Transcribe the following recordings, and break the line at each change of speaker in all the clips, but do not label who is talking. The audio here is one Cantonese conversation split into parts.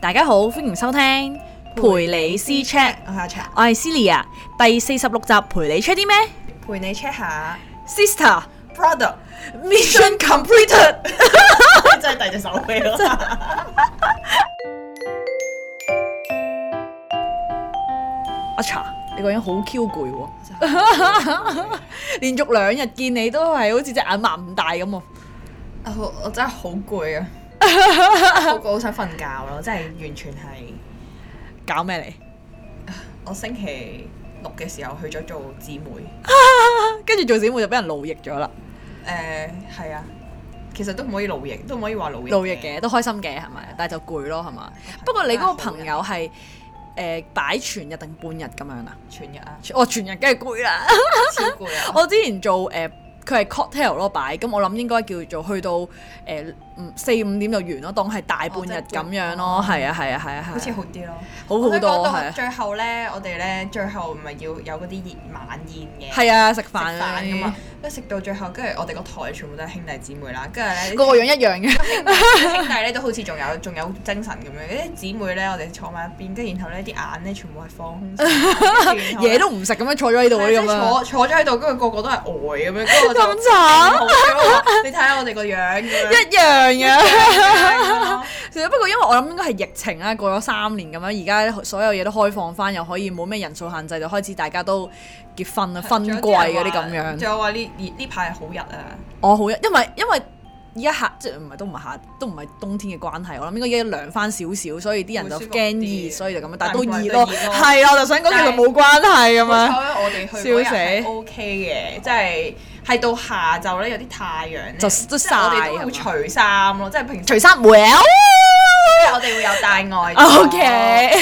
大家好，歡迎收聽陪你私 check，
我下 check，
我係 Celia，第四十六集陪你 check 啲咩
陪你 check 下
？Sister
product
mission completed，
真係遞隻手俾我。
阿茶，你個樣好 Q 攰喎， 連續兩日見你都係好似隻眼擘唔大咁喎。
我我真係啊好攰 啊！我好想瞓覺咯，真係完全係
搞咩你？
我星期六嘅時候去咗做姊 妹，
跟住做姊妹就俾人勞役咗啦，
誒係啊，其實都唔可以勞役，都唔可以話勞役。
勞役嘅都開心嘅係咪？但係就攰咯係咪？不過你嗰個朋友係誒擺全日定半日咁樣啊？
全日 啊，
我全日梗係攰啦。
超攰 啊！
我之前做誒，佢係 cocktail 咯擺，咁我諗應該叫做去到誒呃五四五點就完咯，當係大半日咁樣咯，
哦
係啊係啊係啊
好似
係啊，
好啲咯，
好好
我想講
多係
到
啊
最後咧，我哋咧最後唔係要有嗰啲宴晚宴嘅。
係啊食
食
飯
飯
啊
㗎嘛，跟住食到最後，跟住我哋個台全部都係兄弟姊妹啦，跟住咧
個個樣一樣嘅，
兄弟咧都好似仲有仲有精神咁樣，啲姊妹咧我哋坐埋一邊，跟住然後咧啲眼咧全部係放空晒，
嘢
嘢
都唔食咁樣坐咗喺度嗰啲咁啊樣，
坐坐咗喺度，跟住個個都係呆咁樣，跟住我就
咁慘
你睇下我哋個樣咁樣，
一樣
啊
嘅。
係
其實不過因為我諗應該係疫情啦，過咗三年咁啊樣，而家所有嘢都開放翻，又可以冇咩人數限制，就開始大家都結婚啊、分季嗰啲咁樣。
仲有話呢呢呢排係好日啊，
我好一，因為因為而家夏即係唔係都唔係夏，都唔係冬天嘅關係，我諗應該而家涼翻少少，所以啲人就
會舒服
驚
啲
熱，
嘅
所以就咁樣，但
但
係
係
都
唔係
熱
都
咯，
熱咯
係啊，我就想講其
但
實
係
冇關係啊咁
好
樣，
彩我哋去嗰日係 OK 嘅，即係係到下晝咧有啲太陽咧，
就都
即係我哋
曬
都會
係
除衫咯，即係平時
除衫，well，
我哋會有大 外
OK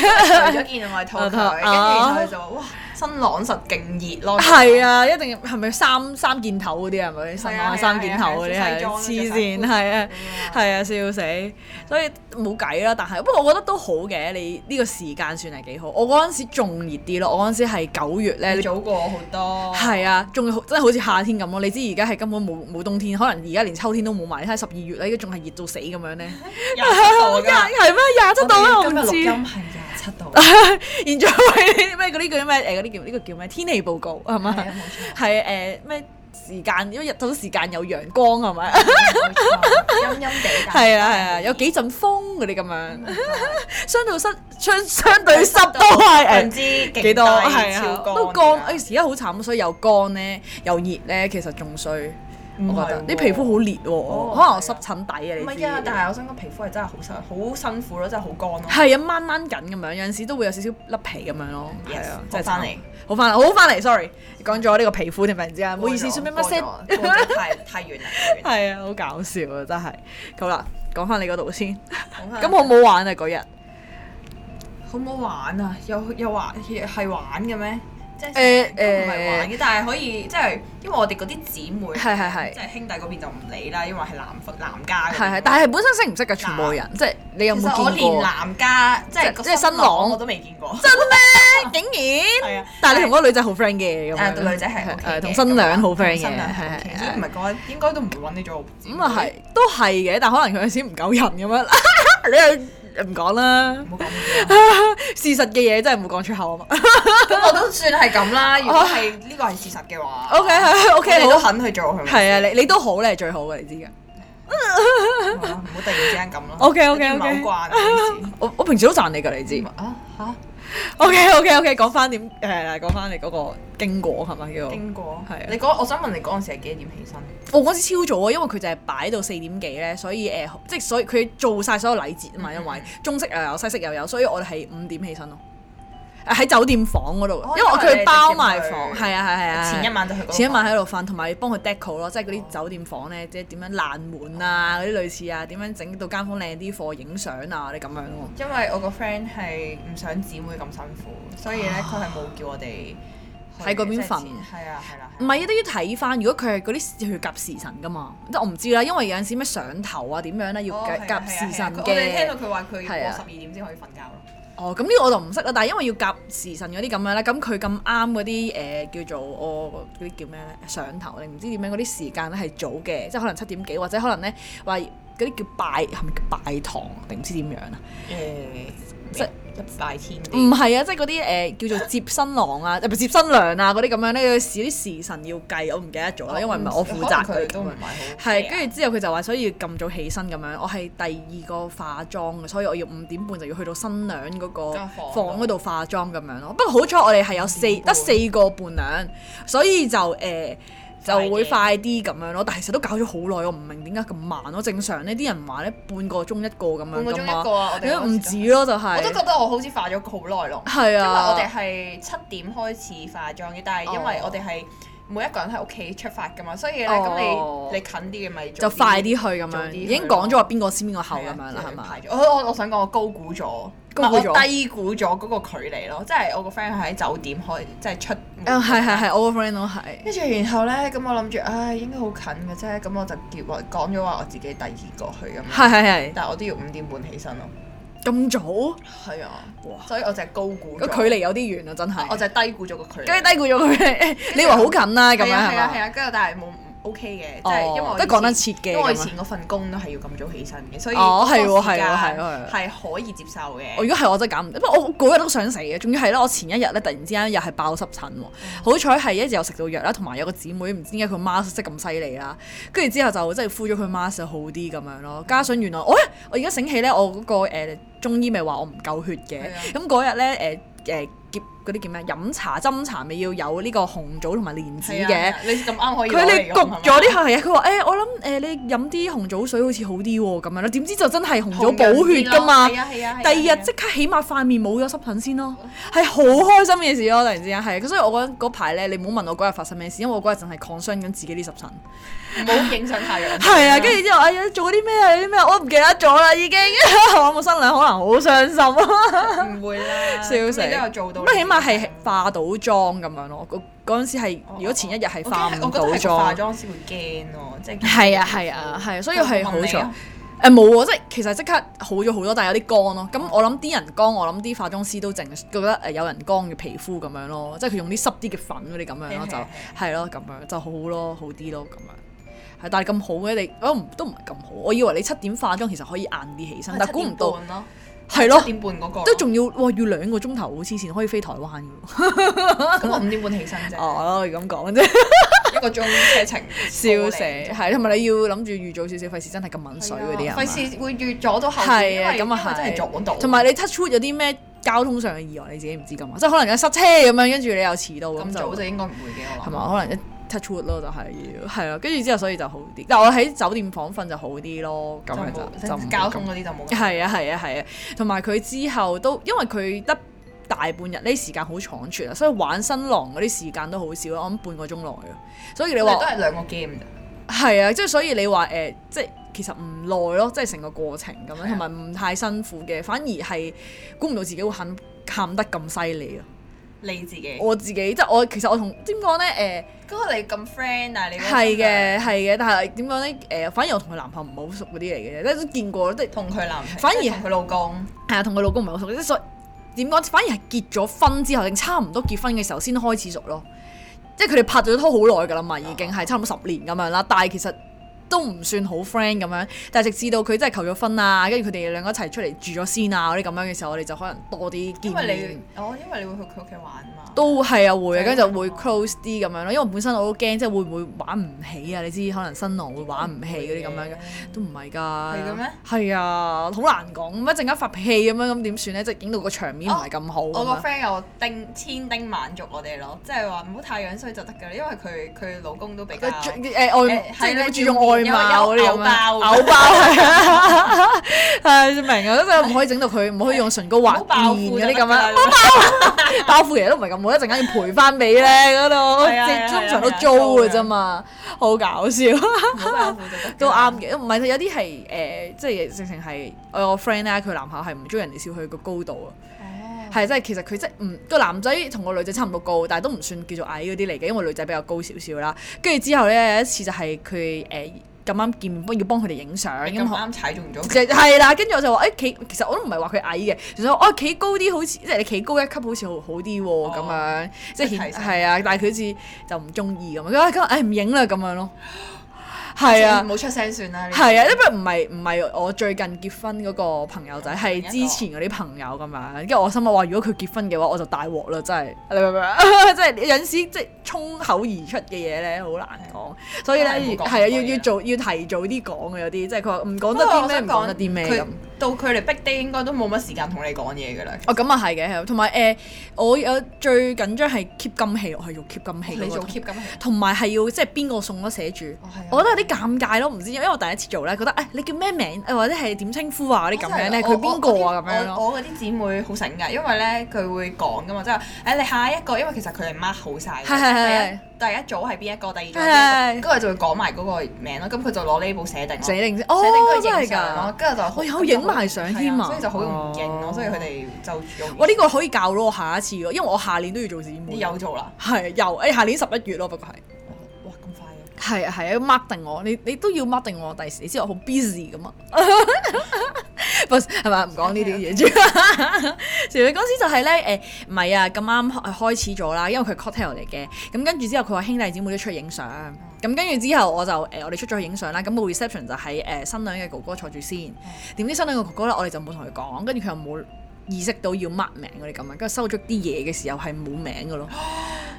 除咗件外套佢，跟住
啊
然後佢就話：哇，新郎實勁熱 咯！
係啊，一定係咪三三件頭嗰啲係咪？新
係啊
郎
係啊
三件頭嗰啲
係啊
係
西裝
黐
咯
線，
着晒
係啊。
咁樣，
係啊，笑死！所以冇計啦，但係不過我覺得都好嘅，你呢個時間算係幾好。我嗰陣時仲熱啲咯，我嗰陣時係九月咧，
你
你
早過我好 多。
係啊，仲要好真係好似夏天咁咯。你知而家係根本冇冇冬天，可能而家連秋天都冇埋。你睇十二月咧，而家仲係熱到死咁樣 咧。
廿七度
廿
㗎。
係咩？廿七度啦，我
我
唔
哋今日錄
知。
音係廿七度，
然之後係咩嗰啲叫咩？誒嗰啲叫呢個叫咩？天氣報告係
係啊
咪？
冇錯
係誒咩時間？因為日頭時間有陽光係 咪？
冇錯，陰陰地。
係啊係啊，有幾陣風嗰啲咁樣。
嗯
相對濕相相對濕都係誒
唔知幾
幾多係
係
啊
超，乾
都乾。誒而家好慘，所以又乾咧又熱咧，其實仲衰。
唔
我
係
覺得
喎
啲皮膚好裂
哦
喎，可能我
係啊
濕疹底啊，
唔
你知。
係啊，但係我想講皮膚係真係好辛好辛苦咯，真係好乾咯。
係啊，掹掹緊咁樣，有陣時都會有少少甩皮咁樣咯。
Yes，
係啊，
好
真係
返
慘
嚟，
好翻嚟，好翻嚟。Sorry，講咗呢個皮膚添，突然之 間，唔好意思，
過咗
算咩乜
過
set？
咗過咗太太遠啦。 太遠
係
啦
啊，好搞笑啊，真係。好啦，講翻你嗰度先。
講返
咁好唔好玩啊？嗰日
好唔好玩啊？有有玩係玩嘅咩？即係
誒誒
都唔係玩嘅，但係可以即係因為我哋嗰啲姊妹
係係係
即係兄弟嗰邊就唔理啦，因為係男男家嗰邊
係係，但係本身識唔識㗎？全部人，即係你有
其實我
冇見過
連
啊？
男家即係個
即係新郎
我都未見過，
哎竟然。
係啊！
但係你同嗰個女仔好 friend 嘅咁
誒
樣，
女仔係 OK 嘅啊
同新娘好 friend 嘅，
新娘
係
係
係
所以
係
唔係講應該都唔會揾你做姊妹
咁啊係，都係嘅，但可能佢有時唔夠人咁樣， 你又唔講啦
唔。好講呢 啲啊
事實嘅嘢真係冇講出口啊嘛。
咁我都算係咁啦。如果係呢個係事實嘅話
OK 係
你都
，OK 哦好，
肯去做係咪？
係啊，你你都好，你係最好嘅，你知嘅。
唔好突然之間咁啦。
OK，OK，OK
有啲唔係好慣嘅呢
我我平時都讚你㗎，你知
件事。。啊
哦
嚇！
OK OK OK，講翻點係啦，講翻你嗰個經過係咪叫做？
經過，
係啊
你講，我想問你嗰陣時係幾點起身？
我嗰時超早啊，因為佢就係擺到四點幾咧，所以誒、呃即係所以佢做晒所有禮節啊
嗯
嘛，因為中式又有西式又有，所以我哋係五點起身咯。誒喺酒店房嗰度，
哦
因為
因為
佢
你哋
包
直接
埋
去
房，係啊係係啊。
前一晚就去嗰個
前一晚喺度瞓，同埋幫佢 deco 咯，即係嗰啲酒店房咧，即係點樣爛門啊，嗰啲類似啊，點樣整到間房靚啲，for 影相啊，你咁樣咯。
因為我個 friend 係唔想姊妹咁辛苦，所以咧佢係冇叫我哋去
啊喺嗰邊
即係
瞓
前係啊係啦。
唔係啊，都要睇翻。如果佢係嗰啲要夾時辰噶嘛，即係我唔知啦，因為有陣時咩上頭啊點樣咧，要
哦係
夾
啊
夾
係啊
時
係啊
辰
佢我哋聽
嘅。
到佢話佢要
係啊
過十二點先可以瞓覺咯。
哦，咁呢個我就唔識啦，但係因為要夾時辰嗰啲咁樣咧，咁佢咁啱嗰啲誒叫做我嗰啲叫咩咧上頭，你唔知點樣嗰啲時間咧係早嘅，即係可能七點幾或者可能咧話嗰啲叫拜係咪叫拜堂定唔知點樣啊？
誒，
即
即一拜天地。
唔係啊，即係嗰啲誒叫做接新郎啊，唔係接新娘啊嗰啲咁樣咧，有時啲時辰要計，我唔記得咗啦，因為哦唔係我負責
可能
佢
佢都
㗎
唔
嘛
係啊好。
係，跟住之後佢就話，所以要咁早起身咁樣。我係第二個化妝嘅，所以我要五點半就要去到新娘嗰個
間房
房嗰度化妝咁樣咯。不過好彩我哋係有四
5:30
得四個伴娘，所以就誒。呃就會快啲咁樣咯，但係其實都搞咗好耐，我唔明點解咁慢咯。正常呢啲人話咧半個鐘一個咁樣
半個鐘
噶嘛
一個，啊！我哋
如果
嗰時
唔
都
止咯，就
我都
係
覺得我好似化咗好耐咯，
係
因為
啊。哦
我哋係七點開始化妝嘅，但係因為我哋係每一個人喺屋企出發噶嘛，所以咧咁
哦
你你近啲嘅咪早
就快啲去咁
早
樣，
啲去
已經講咗話邊個先邊個後咁樣
係
啦，
啊
係嘛？
排咗我我我想講我高估咗，唔
高估咗
係我低估咗嗰個距離咯，即係我個 friend 係喺酒店開，即係出門
啊，係係係，我個 friend 都係。
跟住然後咧，咁我諗住，唉，應該好近嘅啫，咁我就叫我講咗話我自己第二個去咁樣，
係係
但係我啊都要五點半起身咯。
係，咁早？
係啊，
哇！
所以我就係高估
個
咗
距離有啲遠啊，真係。
哦我就係低估咗個距離。
跟住低估咗佢， 你話好近啦咁樣
係啊係啊係
係嘛？
啊，跟住但係冇 OK 嘅，即係因為
哦
我，
都講得
以前
切嘅
因為我以
咁啊。
前嗰份工都係要咁早起身嘅，所以
哦係
嗰個
喎
時間
係喎係喎
係可以接受嘅。
我如果係我真係搞唔得，不過我嗰日都想死嘅，仲要係咧，我前一日咧突然之間又係爆濕疹喎，
嗯
好彩係一直有食到藥啦，同埋有個姊妹唔知點解佢 mask 即係咁犀利啦，跟住之後就即係敷咗佢 mask 就好啲咁樣咯，加上原來我咧，我而家醒起咧，我嗰、個、呃、中醫咪話我唔夠血嘅
係啊，
咁嗰日咧誒誒結嗰啲叫咩飲茶斟茶咪要有呢個紅棗同埋蓮子
係啊
嘅。
你咁啱可以
佢哋
攞嚟
焗咗
用
啲
係嘛
係嘢，佢話誒，我諗誒、你飲啲紅棗水好似好啲喎，咁樣啦。點知就真係紅棗
紅藥
補血
啲咯
㗎嘛。
係啊係啊，係啊
第二日
係啊
即刻起碼塊面冇咗濕疹先咯，係好開心嘅事咯！突然之間係，所以我嗰嗰排咧，你唔好問我嗰日發生咩事，因為我嗰日淨係 concern 緊自己啲濕疹。
唔好影響太 陽。
係啊，跟住之後，哎呀，做啲咩啊？有啲咩啊？我唔記得咗啦， 已經。我個新娘可能好傷心啊，
唔會啦，
笑死！
咁你都有做到呢
咁啊起碼
啲嘢，
係化到妝咁樣咯。嗰嗰陣時係，
哦。
如果前一日係
我
化唔
驚係我覺
到
得係個化
妝。
妝師會驚咯，即係見到
係啊係
哦
啊係啊，所以係好
我問你
彩
啊。
誒冇喎，即係其實即刻好咗好多，但係有啲乾咯。咁我諗啲人乾，我諗啲化妝師都淨覺得誒有人乾嘅皮膚咁樣咯，即係佢用啲濕啲嘅粉嗰啲咁樣咯，
係係係
就係咯咁樣就好咯，好啲咯咁樣。係，但係咁好嘅你，我唔都唔係咁好。我以為你七點化妝其實可以晏啲起身，但係估唔到
啊七點半咯，
係咯
哦七，點半嗰個
都仲要哇要兩個鐘頭喎，黐線可以飛台灣嘅喎。
咁我五點半起身啫，
哦，你咁講啫，
一個鐘車程
笑死！
係啊
係同埋你要諗住預早少少，費事真係咁抿水嗰啲啊。係嘛
費事會越阻到後面，
係
因
啊，
為
咁啊
因為真係撞到，
係。同埋你 touch wood 有啲咩交通上嘅意外，你自己唔知噶嘛？即係可能有塞車咁樣，跟住你又遲到
咁
咁
早
就
就應該唔會嘅我
係
諗。
嘛？可能一 touch wood 咯，就係要係啊。跟住之後，所以就好啲。但我喺酒店房瞓就好啲咯，咁樣就
就
就唔會
冇
咁
交通嗰啲就冇咁。
係啊係啊係啊，同埋佢之後都因為佢得大半日呢時間好倉促啊，所以玩新郎嗰啲時間都好少啊，我諗半個鐘內啊。所以你
你
話
話都係兩個 game 啫，
係啊，即係所以你話誒、即係其實唔耐咯，即係成個過程咁樣，
啊
同埋唔太辛苦嘅，反而係估唔到自己會喊喊得咁犀利啊！
你自己。
我自己即係我其實我同點講咧
嗰個你咁 friend，但係你
誒
嗰個
係嘅係嘅，但係點講咧誒，反而我同佢男朋友唔係好熟嗰啲嚟嘅，即係都見過，即係
同佢男朋友，
反而
即係同佢老公。
係啊，同佢老公唔係好熟，即係所以點講，反而係結咗婚之後，定差唔多結婚嘅時候先開始熟咯。即係佢哋拍咗拖好耐㗎啦
哦
嘛，已經係差唔多十年咁樣啦，但係其實都唔算好 friend 咁樣。但係直至到佢真係求咗婚啊，跟住佢哋兩個一齊出嚟住咗先啊嗰啲咁樣嘅時候，我哋就可能多啲見
因為
面。
你，哦，因為你會去佢屋企玩嘛。
都係啊，會啊，跟住就會
哦
close 啲咁樣咯。因為本身我都驚，即係會唔會玩唔起啊？你知可能新郎會玩唔起嗰啲咁樣嘅。都唔係㗎，係
嘅咩？
係啊，好難講，一陣間發脾氣咁樣，咁點算咧？即係影到個場面唔係咁好
我個
咁樣。
friend 又叮千叮萬囑我哋咯，即係話唔好太樣衰就得㗎啦，因為佢佢老公都比較
佢注誒外
誒
即係
係啦
你注重外貌嗰啲咁樣，
有有
嘔爆係啊， 係明啊，即係唔可以整到佢，唔可以用唇膏
唔
畫
好爆
面
褲
嗰啲
就得
咁
㗎
樣
啦，。
包褲其實都唔係咁好，一陣間要賠翻俾咧嗰度，
係啊係啊
即係通常都
係啊
租嘅
租
啫
嘅
嘛，好搞笑。
唔好爆褲就得㗎啦
都啱。嘅，唔係有啲係誒，即係直情係我有個 friend 咧，佢男朋友係唔中意人哋笑佢個高度啊。
哦
係，即係其實佢即係唔個男仔同個女仔差唔多高，但係都唔算叫做矮嗰啲嚟嘅，因為女仔比較高少少啦。跟住之後咧，有一次就係佢誒咁啱見面，要幫佢哋影相
你
咁
咁
可。
啱踩中咗，
就係啦，跟住我就話誒企，其實我都唔係話佢矮嘅，純粹話哦企高啲好似，即係你企高一級好似好好啲喎咁樣，即係
即係
顯
提升
係啊，但係佢好似就唔中意咁樣，佢話咁誒唔影啦咁樣咯，係啊
唔。好出聲算啦。呢啲
係啊，因為唔係唔係我最近結婚嗰個朋友仔，係
另一個
之前嗰啲朋友咁樣。跟住我心諗話，如果佢結婚嘅話，我就大鑊啦，真係。你明唔 明啊？即係有陣時即係衝口而出嘅嘢咧，好難講。所以咧，
真係唔好講
係啊，要
咁多嘢
要做要提早啲講嘅有啲，即係佢話唔講
不
得
過
啲
我
咩，唔
想
講得啲咩
佢
咁。
到佢哋逼啲應該都冇乜時間同你講嘢㗎啦。
哦，咁啊係嘅，係同埋誒，我有最緊張係 keep 金器，我係用哦 keep 啊金器嗰個
你做
同
keep 咁，
同埋係要即係邊個送咯寫住。
哦係啊
我覺得有啲尷尬咯，唔知因為我第一次做咧，覺得誒、哎你叫咩名，誒或者係點稱呼啊嗰啲咁樣咧，
我
佢邊個啊咁樣
我
咯，
我嗰啲姊妹好醒㗎，因為咧佢會講㗎嘛，即係誒你下一個，因為其實佢哋 mark 好晒
係係係
嘅。第一第一組係邊一個，第二組
係
係邊一個，跟住就會講埋嗰個名咯。咁佢就攞呢部寫定咯，
寫
寫
定先，
定
哦
佢
真
影
係
相
㗎
咯，，跟住就
我
好
有影埋相添
係
啊，
所以就好容易認
哦
咯。所以佢哋就用
哇呢、個可以教到我下一次喎，因為我下年都要做姊妹，
你有做啦，
係有誒下年十一月咯，不過係。
哇咁快嘅。
係啊係啊，mark 定我，你你都要 mark 定我，第時你知我好 busy 噶 嘛。不係咪唔講呢啲嘢住。 其實嗰時就係咧誒，唔係啊咁啱開開始咗啦，因為佢 cocktail 嚟嘅，咁跟住之後佢話兄弟姊妹都出去影相，咁跟住之後我就誒、我哋出咗去影相啦，咁、個 reception 就喺誒、新娘嘅哥哥坐住先，
嗯
點知新娘嘅哥哥咧我哋就冇同佢講，跟住佢又冇意識到要 mark 名嗰啲咁啊，跟住收咗啲嘢嘅時候係冇名嘅咯。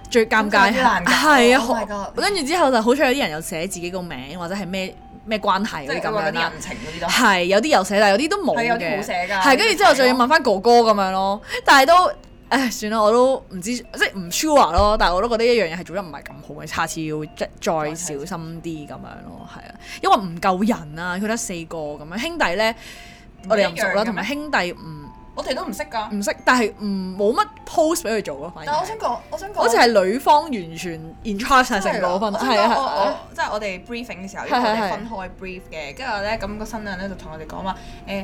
最尷尬
咁就有啲難搞
係啊
Oh my
好，
God
跟住之後就好彩有啲人有寫自己個名或者係咩咩關係嗰
即
啲
係
咁
佢
樣
話嗰啲
啦。
人情嗰啲咯。
係有啲有寫，但係有啲都冇
係有啲
嘅
冇寫㗎
係跟住之後仲要問翻哥哥咁樣咯，但係都唉算啦，我都唔知即係唔 sure 啊咯。但係我都覺得一樣嘢係做得唔係咁好嘅，下次要即再小心啲咁樣咯，係啊，因為唔夠人啊，佢得四個咁樣兄弟咧，我哋又唔熟
唔一樣
啦，
嘅
同埋兄弟唔
我哋都唔識㗎。
唔識，但係唔冇乜 post 俾佢做啊咯，反而
但
係
我想講，我想講，
好似係女方完全 in charge 晒成個分，
我想
係
講我
啊
我即係我哋 briefing 嘅時候，因
係
為我
係係
哋分開 brief 嘅，跟住咧咁個新娘咧就同我哋講話，誒誒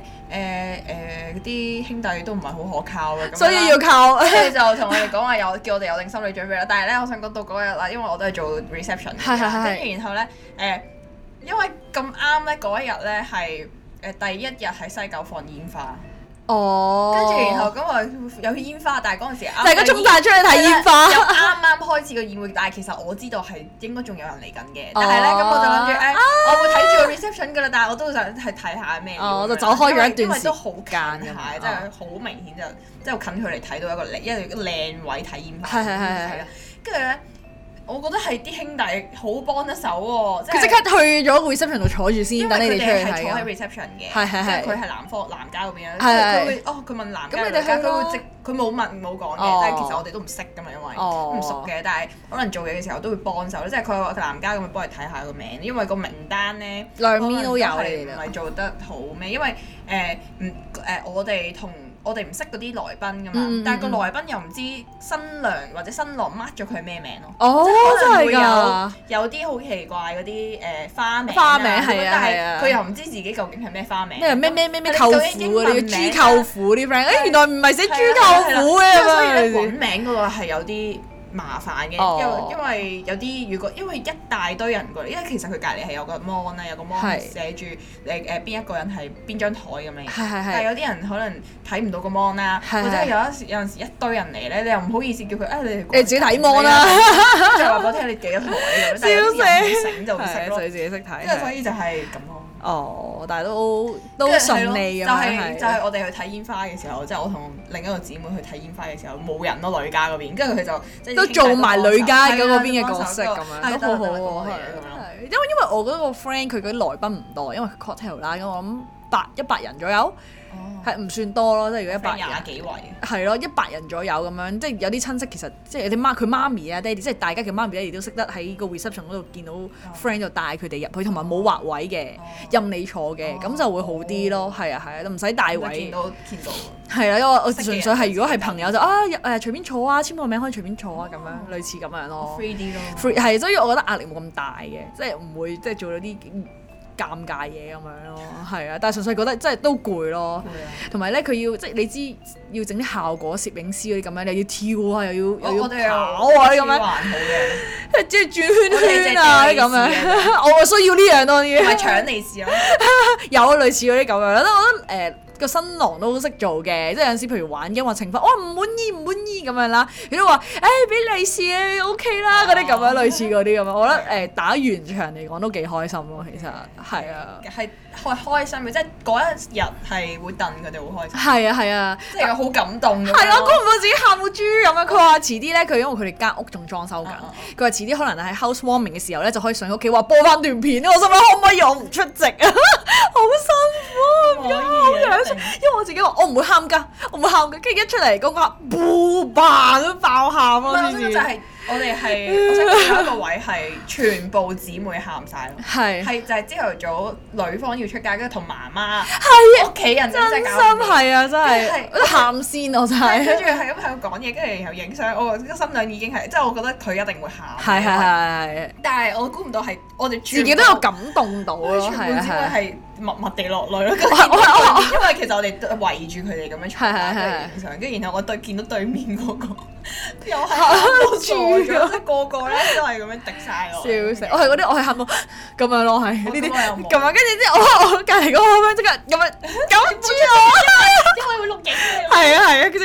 誒啲兄弟都唔係好可靠啊
係，
嘅，咁樣啦
所以要靠係
跟住就同我哋講話有叫我哋有定心理準備啦。但係咧，我想講到嗰日啦，因為我都係做 reception，嘅
係係係
跟住然後咧誒、因為咁啱咧嗰一日咧係。誒第一日喺西九放煙花，
哦，
跟住 然後咁啊有煙花，但係嗰陣時啱
大家中大出去睇煙花
係啦，又啱啱開始個宴會，但係其實我知道係應該仲有人嚟緊嘅，但係咧
哦
咁我就諗住誒，我會睇住個 reception 噶啦，但係我都想去睇下咩。
哦我就走開咗一段時間
因為都好近下，
咁樣
即係好明顯就即係好近距離睇到一個靚一個靚位睇煙花。
係係係係
啦，跟住咧，我覺得係啲兄弟好幫得手喎，即
佢
係
即刻去咗 reception 度坐住先，
因為
等你哋
佢
出去
係
睇
坐喺
㗎。
reception 嘅，
係係
即
係
係佢係南方南郊嗰邊嘅，
係係
佢會哦佢問南郊，
咁你哋去
南郊
咯
佢會直佢冇問冇講
哦
嘅，但係其實我哋都唔識噶嘛，因為
哦
唔熟嘅，但係可能做嘢嘅時候都會幫手，即係佢話佢南郊咁咪幫你睇下個名，因為個名單咧
兩邊都有
可能
你哋啊
係唔係做得好咩？因為誒唔誒我哋同。我哋唔識嗰啲來賓噶嘛，
嗯嗯嗯
但係個來賓又唔知新娘或者新郎 mark 咗佢咩名咯。
哦，真係
會
㗎，
有有啲好奇怪嗰啲誒花名
花名
咁
係
樣
啊係啊
但係佢又唔知自己究竟係咩花名，
咩咩咩咩咩舅
佢哋究
父
竟英文
嗰啲
名
豬
啊
舅父啲 friend，誒原來唔係寫
係啊
豬舅父嘅
係啊所以咧
咁
揾
樣。
名嗰個係有啲麻煩嘅，
哦
因因為有啲如果因為一大堆人過嚟，因為其實佢隔離係有個 mon 啊啦，有個
係
mon 寫住誒誒邊一個人係邊張台咁樣。
係係
但係
係，
有啲人可能睇唔到個 mon 啦，
係
或者係有一時有陣時一堆人嚟咧，你又唔好意思叫佢啊，你哋過嚟
你自己睇 mon 啊啦
你哋就話俾我聽你幾多台咁樣，但係有啲人唔醒就唔識
係
咯
所。以自己識睇
跟住所
係。
以就係咁咯，
哦，但係都都
跟住係
順
咯
利咁
就
樣
係就係我哋去睇煙花嘅時候，即係我同另一個姊妹去睇煙花嘅時候，冇人咯，女家嗰邊，跟住佢就即係
都
啲兄弟幫
做
手
埋女家嗰個邊嘅角色
係
咁
啦
樣，
幫
啊都
手
好啊好
係啦幫
喎，
手
係
咁樣
係因為因為我嗰個 friend 佢嗰啲來賓唔多，因為佢 cocktail 啦，咁我諗百一百人左右，
哦
係唔算多咯，即係啊如果一百人
廿。幾位，
係咯，一百人左右咁樣，即係有啲親戚其實即係有啲媽佢媽咪啊、爹哋，即係大家嘅媽咪爹哋都識得喺個 reception 嗰度見到 friend 就帶佢哋入去，同埋冇劃位嘅，任你坐嘅，咁就會好啲咯。係啊係啊，唔使大
咁就見
位。
到見到，
係啊啦，因為我
識嘅
純
人
粹係
就
如果係
知道
朋友就啊入誒隨便坐啊，簽個名可以隨便坐啊咁樣，類似咁樣咯。
free 啲咯。
free 係，所以我覺得壓力冇咁大嘅，即係唔會即係做到啲尷尬嘢咁樣咯。係啊，但係純粹覺得即係都攰咯。同埋咧，佢要即係你知要整啲效果，攝影師嗰啲咁樣，又要跳啊，又要
我
又要
我哋又
跑啊啲咁
還
樣，
好嘅，
即係轉圈圈啊啲咁 樣。我我需要呢樣多
唔係
啲，
啊搶你試咯，
啊有類似嗰啲咁樣啦。我覺得誒個新郎都識做嘅，即係有陣時譬如玩嘅話懲罰，我唔滿意唔滿意咁樣啦，佢都話誒俾利是 啊 OK 啦嗰啲咁樣，類似嗰啲咁樣，我覺得誒、打完場嚟講都幾開心咯，其實係啊，
係開開心嘅，即係嗰一日係會戥佢哋好開心，
係啊係啊。
即係好感動咁樣。
係啊，估唔到自己喊到豬咁樣。佢話遲啲咧，佢因為佢哋間屋仲裝修緊
啊啊啊，
佢話遲啲可能喺 housewarming 嘅時候咧，就可以上屋企話播翻段片。我心諗可唔可以我唔出席 啊？好辛苦啊，唔該好
可以啊
樣
一定
衰。因為我自己話我唔會喊㗎，我唔會喊㗎。跟住一出嚟嗰個布吧都爆喊
唔係，
咯，先
我想
至
講就係我哋係，我想講有一個位係全部姊妹喊晒咯。
係
係就係朝頭早女方要出街，跟住同媽媽、
係啊
屋企人
真心
係搞唔掂
係啊，真係
係
我都喊先我真係
跟。住係咁喺度講嘢，跟住然後影相，我個心量已經係，即係我覺得佢一定會喊。
係係係，
但係我估唔到係我哋
自己都有感動到
我
咯，
哋全
係
部
啊
姊
係啊
妹。係默默地落 淚咯。
我係我係我係
因為其實我哋都圍住佢哋咁樣坐
係係
啦，跟
係
住影相，跟住然後我對見到對面 嗰個又係喊到傻咗，即係個個咧都係咁樣滴晒
笑
我。
死！我係嗰啲，我係喊到咁樣咯，係呢
我
啲
哦咁我又冇
咁樣，跟住之後哦我我隔離嗰個咁樣即刻咁樣 咁豬我，
因為會錄影嘅。
係啊係啊，跟住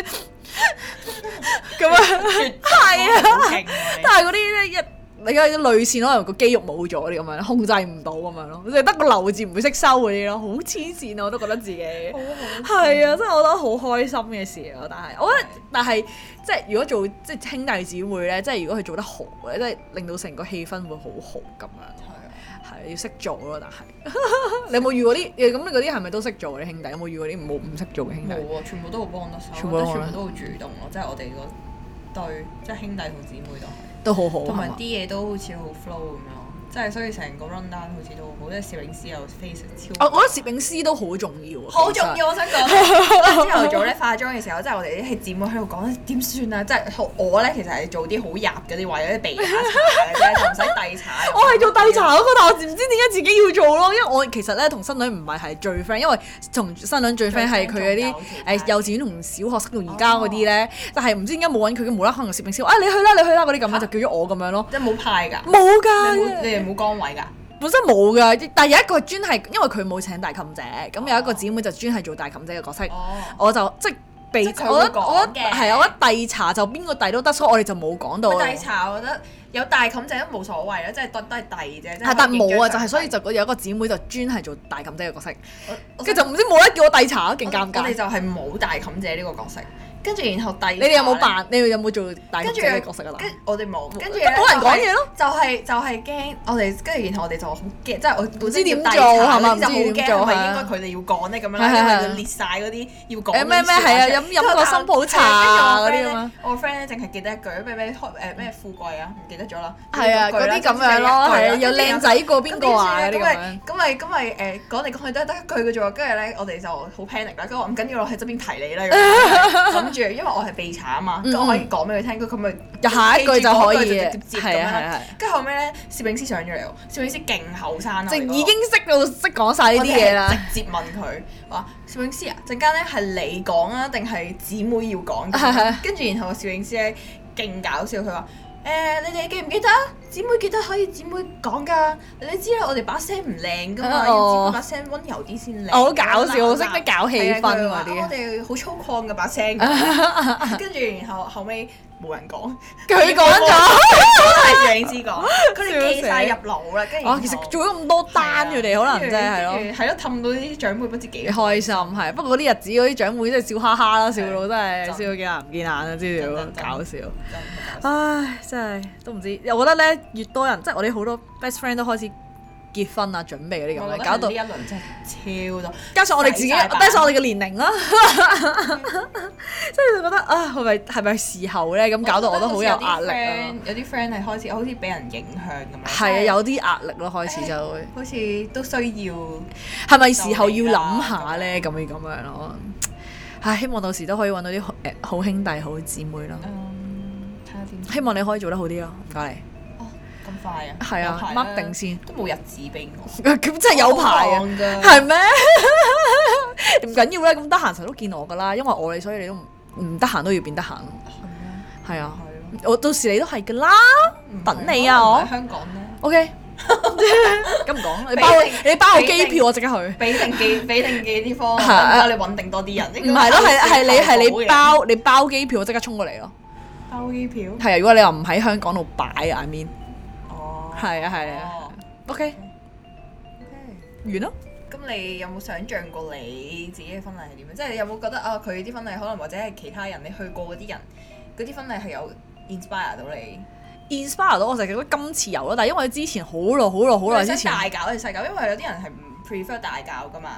咁樣，
絕
係啊
好勁你
但係嗰啲咧一你嗰啲淚腺可能個肌肉冇咗啲咁樣，控制唔到咁樣咯，你得個流字唔會識收嗰啲咯，好黐線啊！我都覺得自己係
好好
啊，真係我覺得好開心嘅事啊咯。但係我覺得，但係即係如果做即係兄弟姊妹咧，即係如果佢做得好咧，即係令到成個氣氛會好好咁樣。係要識做咯，但係 你有冇遇過啲？咁你嗰啲係咪都識做嘅兄弟？有冇遇過啲冇唔識做嘅兄弟？
冇啊，全部都好幫得手，
全
全
部
部
都
都
好啊
全
啦
部都好主動咯，即係我哋嗰對即係兄弟同姊妹都係，
都好好啊，
同埋
係嘛
啲嘢都好似好 flow 咁樣咯，即係所以成個 run down 好似都好好，即係攝影師又 face
我
超
哦我覺得攝影師都好重要啊，
好
其
重
實
要，我想講朝頭早咧化妝嘅時候，即係我哋啲姊妹喺度講點算啊！即係我咧其實係做啲好入嗰啲位，有啲地下搽嘅啫，就唔使遞搽。
我係做低茶嗰個，但我唔知點解自己要做咯，因為我其實咧同新女唔係係最 friend，因為同新女最 friend 係佢嗰啲
最
誒幼稚園同小學識到而家嗰啲
哦
咧，但係唔知點解冇揾佢嘅無啦啦可能攝影師話啊你去啦你去啦嗰啲咁樣就叫咗我咁樣咯，
即係冇派㗎，
冇
你冇
㗎
你。哋冇崗位㗎。
本身冇㗎，但係有一個專係因為佢冇請大冚姐，咁有一個姊妹就專係做大冚姐嘅角色。
哦，
我就即係被
即係佢
我覺
會
得
講
我覺得
嘅
係啊我覺得遞茶就邊個遞都得，所以我哋就冇講到。
哦啊遞茶我覺得有大冚仔都冇所謂啦，即係都都係遞啫。即
係但冇啊，就係所以
就
就有一個姊妹就專係做大冚姐嘅角色，佢就唔知冇得叫我遞茶，勁尷
我
尬。
哋就係冇大冚姐呢個角色，跟住然後遞。
你哋有冇？扮？你哋有冇做大
跟
冚
住
姐嘅角色啊？
跟我哋冇，跟住
即係冇人講嘢咯。
就係就係驚我哋，跟住然後我哋就好驚，即係我本
知
身
點
要遞
做係
茶
嘛
嗰啲就好
唔知點做係
驚，係咪
啊
應該佢哋要講咧咁樣
係係
啦？
係
因為佢列晒嗰啲要講嗰
誒
啲
咩咩
説話
係啊
出嚟
飲飲個新抱茶嗰啲啊嘛。
我 friend 咧淨係記得一句咩咩開誒咩富貴啊，唔記得咗啦。
係啊，
一句
嗰
啦
啲咁樣咯，係啊，有靚。仔過
跟
邊個
住然後
啊？嗰啲咁
咁
樣
咪。咁咪咁咪誒講嚟講去都係得一句嘅啫喎，跟住咧我哋就好 panic 啦，跟住我唔緊要啦，我喺側邊提你 啦，咁樣諗住因為我係備查啊嘛，
嗯
咁我可以講俾佢聽，佢佢咪
又下一句就可以
記住嗰句就直接接咁
係啊
樣
係
啦
啊
跟住後尾咧，攝影師上咗嚟喎，攝影師勁後生啊，
係，
我哋嗰
即
個
已經識到識講晒呢啲嘢啦。
我哋係直接問佢話：攝影師啊，陣間咧係你講啊，定係姊妹要講
係係
嘅？跟住然後個攝影師咧勁搞笑，佢話：誒、你哋記唔記得啊？姊妹記得可以姊妹講㗎。你知啦，我哋把聲唔靚㗎嘛，
哦
要姊妹把聲温柔啲先靚。
我好搞笑，我
我
識得搞氣氛
啊係
嗰
啊佢話
啲
我。哋好粗獷嘅 把聲，跟住然後後尾冇人講，
佢講咗。
係攝影師 講，佢哋記晒入腦啦，跟住然
啊，
後
其實做咗咁多單，佢哋可能真係咯，
係咯，氹到啲長輩不 知幾
幾開心係。不過嗰啲日子嗰啲長輩真係笑哈哈啦，笑到真係
真
笑到見牙唔見眼啊，知唔
真
知
真
搞笑。
真
唉，真係都唔知。我覺得咧，越多人，即係我哋好多 best friend 都開始結婚啊，準備嗰啲咁樣，搞到
呢一輪真係超多，
加上我哋自己，
洗晒版
加上我哋嘅年齡啦，即係就覺得啊，係咪係咪事後咧？咁搞到我都好有壓力啊。！
有啲 friend 係開始好似俾人影響咁樣，
係啊，有啲壓力咯，開始就會
好似都需要
係咪時候要諗下咧？咁樣咁樣咯。唉，希望到時都可以揾到啲好誒好兄弟、好姊妹咯。
嗯睇下點
希望你可以做得好啲咯，唔該你。
哦咁快啊！
係啊
有排啦
，mark 定先。
都冇日子俾我，
咁真係有排啊
好！忙㗎
係咩？ 唔緊要咧，咁得閒成日都見我噶啦，因為我哋所以你都唔唔得閒都要變得閒咯。係啊
係，咯
我到時你都係噶啦。
唔係
等你啊
可能
我
唔係香港咧，
OK，咁唔講，你包
俾定
你包我機
俾定
票，我即刻去。
俾定幾 俾定幾啲方
係啊
案，得唔得你穩定多啲人。
唔係咯，係係你係
好嘅
你包你包機票，我即刻衝過嚟咯。
包機票。
係啊，如果你話唔喺香港度擺啊，I mean，
哦，
係啊係啊
哦。
，OK，完咯。
咁你有冇想象過你自己嘅婚禮係點樣？即係你有冇覺得啊，佢啲婚禮可能或者係其他人你去過嗰啲人，嗰啲婚禮係有 inspire 到你？
inspire 到我就係覺得今次有咯，但係因為之前好耐好耐好耐之
你想
前，
大搞定細搞，因為有啲人係唔 prefer 大搞噶嘛，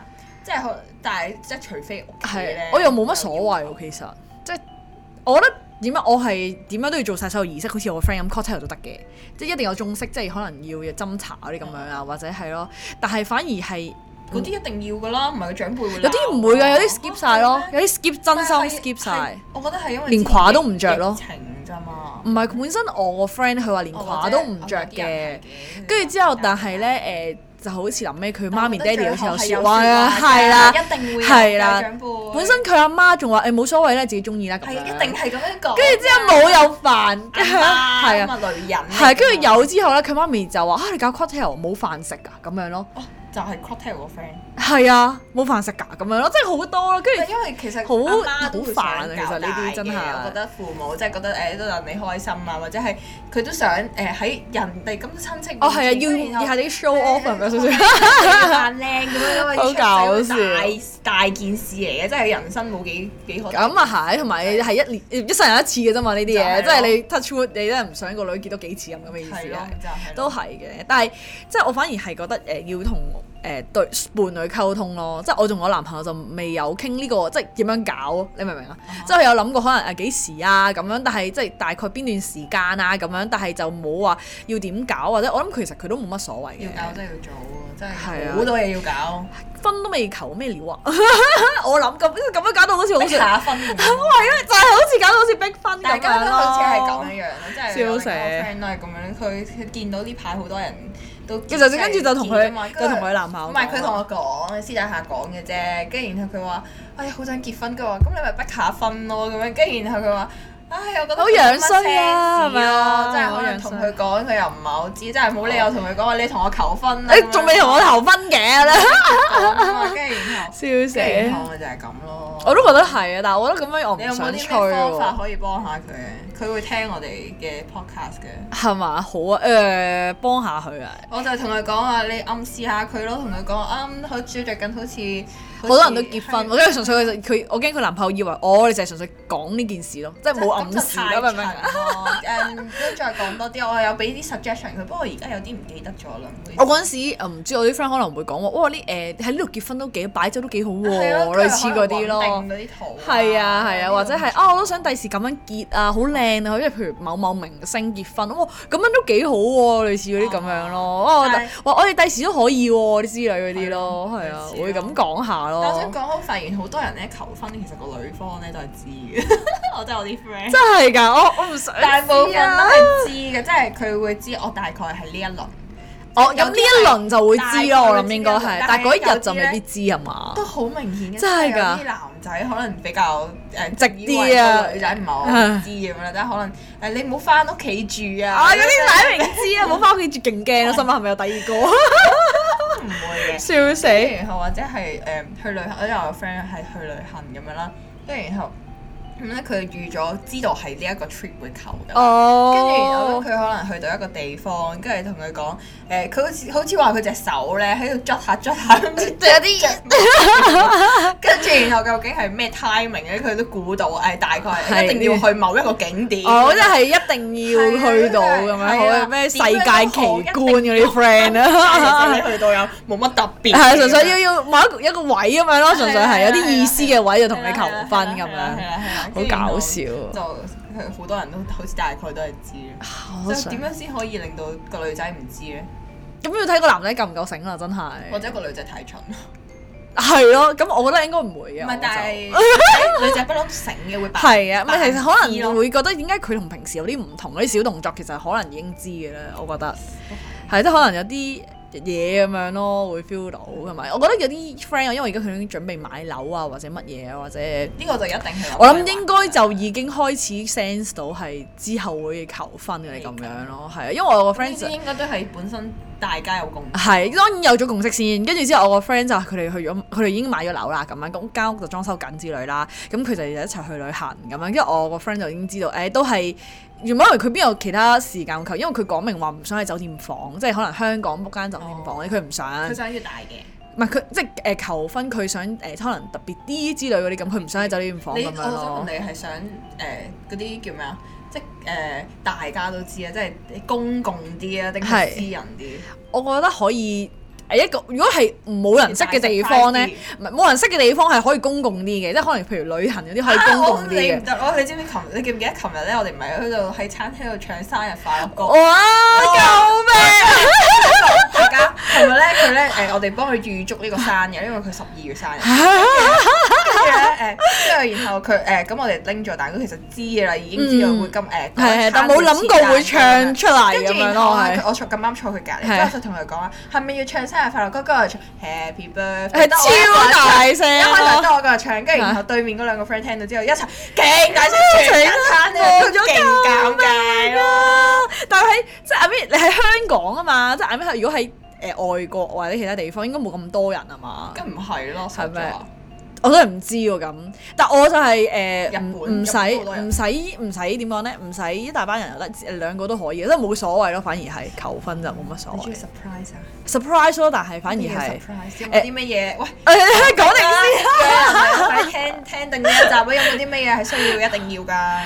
即係可但係即係除非屋企
係
咧，
我又冇乜所謂喎，其實即係我覺得點解我係點樣都要做晒所有儀式，好似我個 friend 咁 cocktail 都得嘅，即係一定有中式，即係可能要斟茶嗰啲咁樣啊，或者係咯，但係反而係
嗰啲一定要噶啦，唔係個長輩會鬧
有啲唔會嘅，有啲 skip 晒咯，有啲 skip 真
但係
心 skip
係
晒，
我覺得係因為
連
之前
褂都唔着咯
疫情咋嘛
唔，係本身我個 friend 佢話連
哦或
褂
者
都唔着
哦有啲
嘅
人。係嘅
跟住之後，但係咧誒，就好似臨尾佢媽咪爹哋好似有説
但我
話
覺得
啊，
最後
係啦，
一定會有
係啦
有長輩
本身佢阿媽仲話誒冇所謂咧，自己中意啦咁
係
樣。
一定係咁樣講。
跟住之後冇又煩，
係
係啊，
啊，女人嚟㗎嘛
係跟住有之後咧，佢媽咪就話啊你搞 cocktail 冇飯食㗎咁樣咯，
哦，就係 cocktail 個 friend。
係啊冇飯食㗎咁樣咯，即係好多咯，跟住
因為其實
好
阿媽都會想
好煩啊其實呢啲真係
搞大嘅我覺得父母即係覺得誒都令你開心啊，或者係佢都想誒喺人哋咁親戚
哦係啊，
面前
要
然後
係啲 show off 啊係 咪少少？
扮靚咁樣，因為
好搞笑
大大件事嚟嘅，即係人生冇幾幾可。
咁啊係，同埋係一年一世人一次嘅啫嘛呢啲嘢，
就係
即
咯
係你 touch wood，你真係唔想個女結多幾次咁咁嘅意思
係
係。，
咯
啊
就係
都
咯
係嘅，但係即係我反而係覺得誒、呃要同誒、呃、對伴侶溝通咯，即係我同我男朋友就未有傾呢、個即係點樣搞，你明唔明啊
哈
即係有諗過可能誒幾時啊咁樣，但係即係大概邊段時間啊咁樣，但係就冇話要點搞，或者我諗其實佢都冇乜所謂
要搞
嘅，
真係要做喎，
係
真係
啊
好多嘢要搞，
分都未求咩料啊！ 我諗咁咁樣搞到好似好
逼
似
下分咁樣。
就係好似搞到好似逼婚咁樣咯
大家都好似係咁樣樣咯，即係
笑
我
死
個 friend 都係咁樣，佢佢見到呢排好多人都
其實跟住就同佢
見㗎嘛
就同佢男朋友
唔係佢
講
同
啊
我講，私底下講嘅啫。跟住然後佢話：哎呀，好想結婚。佢話：咁你咪逼下婚咯咁樣。跟住然後佢話：唉，我覺得
好樣衰啊係
冇乜 sense
咪啊
咯真係可能
好樣
同
衰
佢講，佢又唔係好知，真係冇理由同佢講話你同我 求婚啊。
你
咁樣
哎仲未同我求婚嘅 咧？
講啊嘛跟住然 後，
笑
跟住然後咪就係咁咯。
我都覺得係啊，但係我覺得咁樣我唔
你有冇
想
啲咩
吹
方法
喎。
可以幫下佢？佢會聽我哋嘅 podcast 嘅。
係嘛？好啊，誒、幫下佢啊！
我就同佢講啊，你暗示下佢咯，同佢講啊，嗯好似最近好似
好多人都結婚，我
係啊
跟住純粹佢佢，我驚佢男朋友以為我哋就係 純粹講呢件事咯，即係冇暗示
咁
咯，
就
明唔明？
太近咯誒，都再講多啲，我有俾啲 suggestion 佢，不過而家有啲唔記得咗啦。
我
唔好意思
嗰陣時呃唔知我啲 friend 可能會講話，哇呢誒喺呢度結婚都幾擺酒都幾好
係
喎，
啊
類似嗰啲
佢可
咯
能。穩定嗰啲圖
係啊係啊，或者係啊我都想
第
第時咁樣結啊，好靚啊，因為譬如某某明星結婚，哇咁樣都幾好喎，類似嗰啲咁樣咯。哇我
哦但係
哇我哋第時都可以喎，啲之類嗰啲咯，
係
係
啊
啊，
類似咯
會咁講下
但我想
咯。
講，我發現好多人咧求婚，其實個女方咧都係知嘅， 我真係我啲 friend。
真係㗎，我我唔想
大部分都
知啊
係知嘅，即係佢會知我大概係呢一輪。
我哦咁呢一輪就會知咯，我諗應該係，
啊但
但係
係有啲
嗰一日就未必知啊嘛
都。好明顯嘅，
真係
即
㗎
有啲男仔可能比較呃誒
直啲啊
女仔唔係我知咁樣啦，但係可能誒你唔好翻屋企住啊，
啊！嗰啲擺明知啊，冇翻屋企住勁驚啊！心諗係咪有第二 個？
都唔會嘅。
笑死！
跟住然後或者係誒、去旅行，因為我有個 friend 係去旅行咁樣啦，跟住然後咁咧佢預咗知道係呢一個 trip 會求㗎啦。跟住然後
哦
咧，佢可能去到一個地方，跟住同佢講，誒、佢好似好似話佢隻手咧喺度捽下捽下，咁有 啲，跟住然後究竟係咩 timing 咧，佢都估到，誒、大概
係
一定要去某一個景點。
哦，即係一定要去到咁樣，
係啊
好咩世界奇觀嗰啲 friend
但 係其實
啊，
你去到有冇乜特 別？
係啊純粹要要某一個一個位咁樣
啊
咯，純粹係有啲意思嘅位就同你求婚咁
係啦
樣，
係啊啦係啦啊
好搞笑
就佢好多人都好似大概都係知
我都
就
想
點樣先可以令到個女仔唔知咧？
咁要睇個男仔夠唔夠醒啦，真
或
係
者個女仔太蠢？
係咯。咁我覺得應該唔會嘅，
唔
我
係，
就
但係女仔不嬲醒嘅會扮
係啊，唔係其實
扮
可
知
能
咯
會覺得點解佢同平時有啲唔同嗰啲小動作，其實可能已經知嘅咧。我覺得係即係可能有啲嘢咁樣咯，會 feel 到同埋我覺得有啲 friend 啊，因為而家佢已經準備買樓啊，或者乜嘢啊，或者
呢個就一定係
我諗應該就已經開始 sense 到係之後會求婚嘅咁樣咯，係啊，因為我個
呢
friend
啲
就
應該都係本身大家有共啊
係當然有咗共識先，跟住之後我個 friend 就係佢哋去咗，佢哋已經買咗樓啦，咁樣咁間屋就裝修緊之類啦，咁佢哋就一齊去旅行咁樣，跟住我個 friend 就已經知道，誒、都係原本以為佢邊有其他時間求，因為佢講明話唔想喺酒店房，即係可能香港 book 間酒店房咧，佢唔想
佢，想要大嘅。
唔係佢即係誒、呃求婚，佢想誒、呃可能特別啲之類嗰啲咁，佢唔想喺酒店房
你
咁
我
樣
想問
咯。
你係想誒嗰啲叫咩啊？即係誒、呃大家都知啊，即係公共啲啊，定係
係
私人啲？
我覺得可以誒一個，如果係冇人識嘅地方咧。唔係冇人識嘅地方係可以公共啲嘅，即係可能譬如旅行嗰啲可以
啊！
公
我
共啲
你
嘅
唔。得咯，你知唔知琴你記唔記得琴日咧？我哋唔係喺度喺餐廳度唱生日快樂歌，
哇！救命！
大家琴日咧佢咧誒，我哋幫佢預祝呢個生日，因為佢十二月生日。跟住咧誒，跟住然啊後佢誒咁，我哋拎咗蛋糕，其實知嘅啦，已經知道會咁誒。
係係，但冇諗過會唱出嚟
跟
咁
住
樣
然後
咯，
啊佢
係。
我坐咁啱坐佢隔離，
係
之後就同佢講話係咪要唱生日快樂歌？跟住我就唱 Happy Birthday，
係
得我一個人
超
唱
大
一
聲啊
開頭
咯！
得我一個人唱，跟住然後對面嗰兩個 friend 聽到之後一齊勁大聲，全間餐廳
啊
都勁尷尬咯。
啊！但係喺即係阿 B，你喺香港啊嘛，即係阿 B，如果喺誒外國或者其他地方，應該冇咁多人啊嘛。
咁唔係咯，
係咩
實在話
我都係唔知喎咁，但我就係誒
日
唔
本
唔使
日本好多人
唔使唔使點講咧，唔使一大班人又得，兩個都可以，即係冇所謂咯。反而係求婚就冇乜所
你中
謂
意 surprise 啊？
，surprise 咯，但係反而
咩叫
係
surprise，有冇啲乜嘢？喂，
誒講定先。
快聽聽定呢一集啦，有冇啲乜嘢係需要一定要㗎？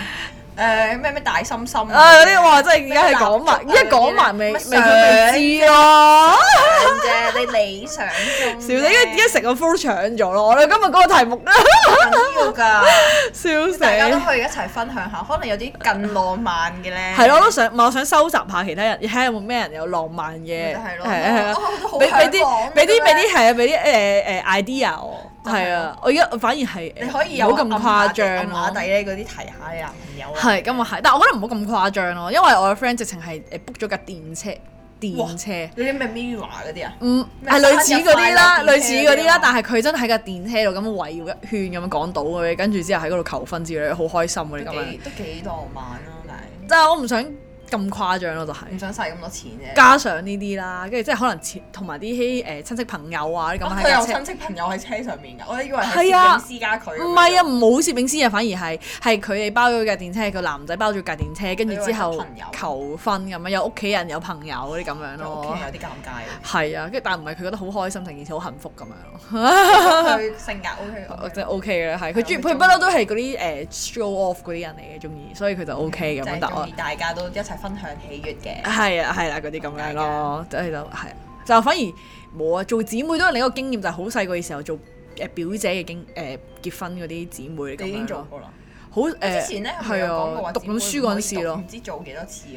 誒咩咩大心心
啊！嗰啲哇，真係而家係講 埋，
咩蠟燭啊
一講埋未
嗰
未
啲
佢
咧
未知咯。
啫，你理想中
笑死！而家成個 full 搶咗咯，我哋今日嗰個題目 咧，
緊要㗎。
笑死！
大家都
係
可以一齊分享下，可能有啲更浪漫嘅咧。
咯，我都想，唔係我想收集下其他人，睇下有冇咩人有浪漫
咪
嘅，
就係咯，
係係啊，
我我
俾
覺得好
俾
向往
啲
嘅
俾啲
啫
俾啲係啊，俾啲誒誒 idea 我，
真係
係啊，我而家我反而係
你可以
唔
有
好咁誇張
暗下
咯
底。咧嗰啲提下你男朋友啊。
係，咁啊係，但我覺得唔好咁誇張咯，因為我嘅 friend 直情係誒 book 咗架電車，電車。
嗰啲咩 Mirror 嗰啲啊，
嗯，
咩
係類似嗰啲啦，
生日快樂
類似嗰啲啦
電車嗰啲啊，
但係佢真係喺架電車度咁圍繞一圈咁樣講到嘅，跟住之後喺嗰度求婚之類，好開心嗰
都
啲咁樣
幾。都幾浪漫咯，但
但係我唔想咁誇張咯，就
係唔
係
想使咁多錢啫。
加上呢啲啦，跟住即係可能前同埋啲誒親戚朋友啊啲咁
啊
喺
佢有
架車
親。戚朋友喺車上面㗎，我以為係
係啊
攝影師加佢。
唔係啊，，冇攝影師啊，反而係係佢哋包咗架電車，個男仔包咗架電車，跟住之
佢以為
後
有朋友
求婚咁樣，有屋企人有朋友嗰啲咁樣
我屋
咯
企。有啲尷尬。
係啊，跟住但唔係佢覺得好開心，成件事好幸福咁樣咯。
佢 性格 OK，
我
OK
哦真係 OK 嘅，係佢中意
啊佢
佢
中
不嬲都係嗰啲誒 show off 嗰啲人嚟嘅，中意，所以佢就 OK 咁
哦就
樣
係
答
中
我
意。大家都一齊分享喜悅嘅。
係啊係啦，嗰啲咁樣咯，就係就係就反而冇啊，做姊妹都係另一個經驗，就係好細個嘅時候做誒表姐嘅經誒結婚嗰啲姊妹
你已
咁
經
樣
做
咯，
過啦。
好誒
之前咧係
係
有講過話
啊，讀緊書嗰陣時咯
唔，知做幾多次咁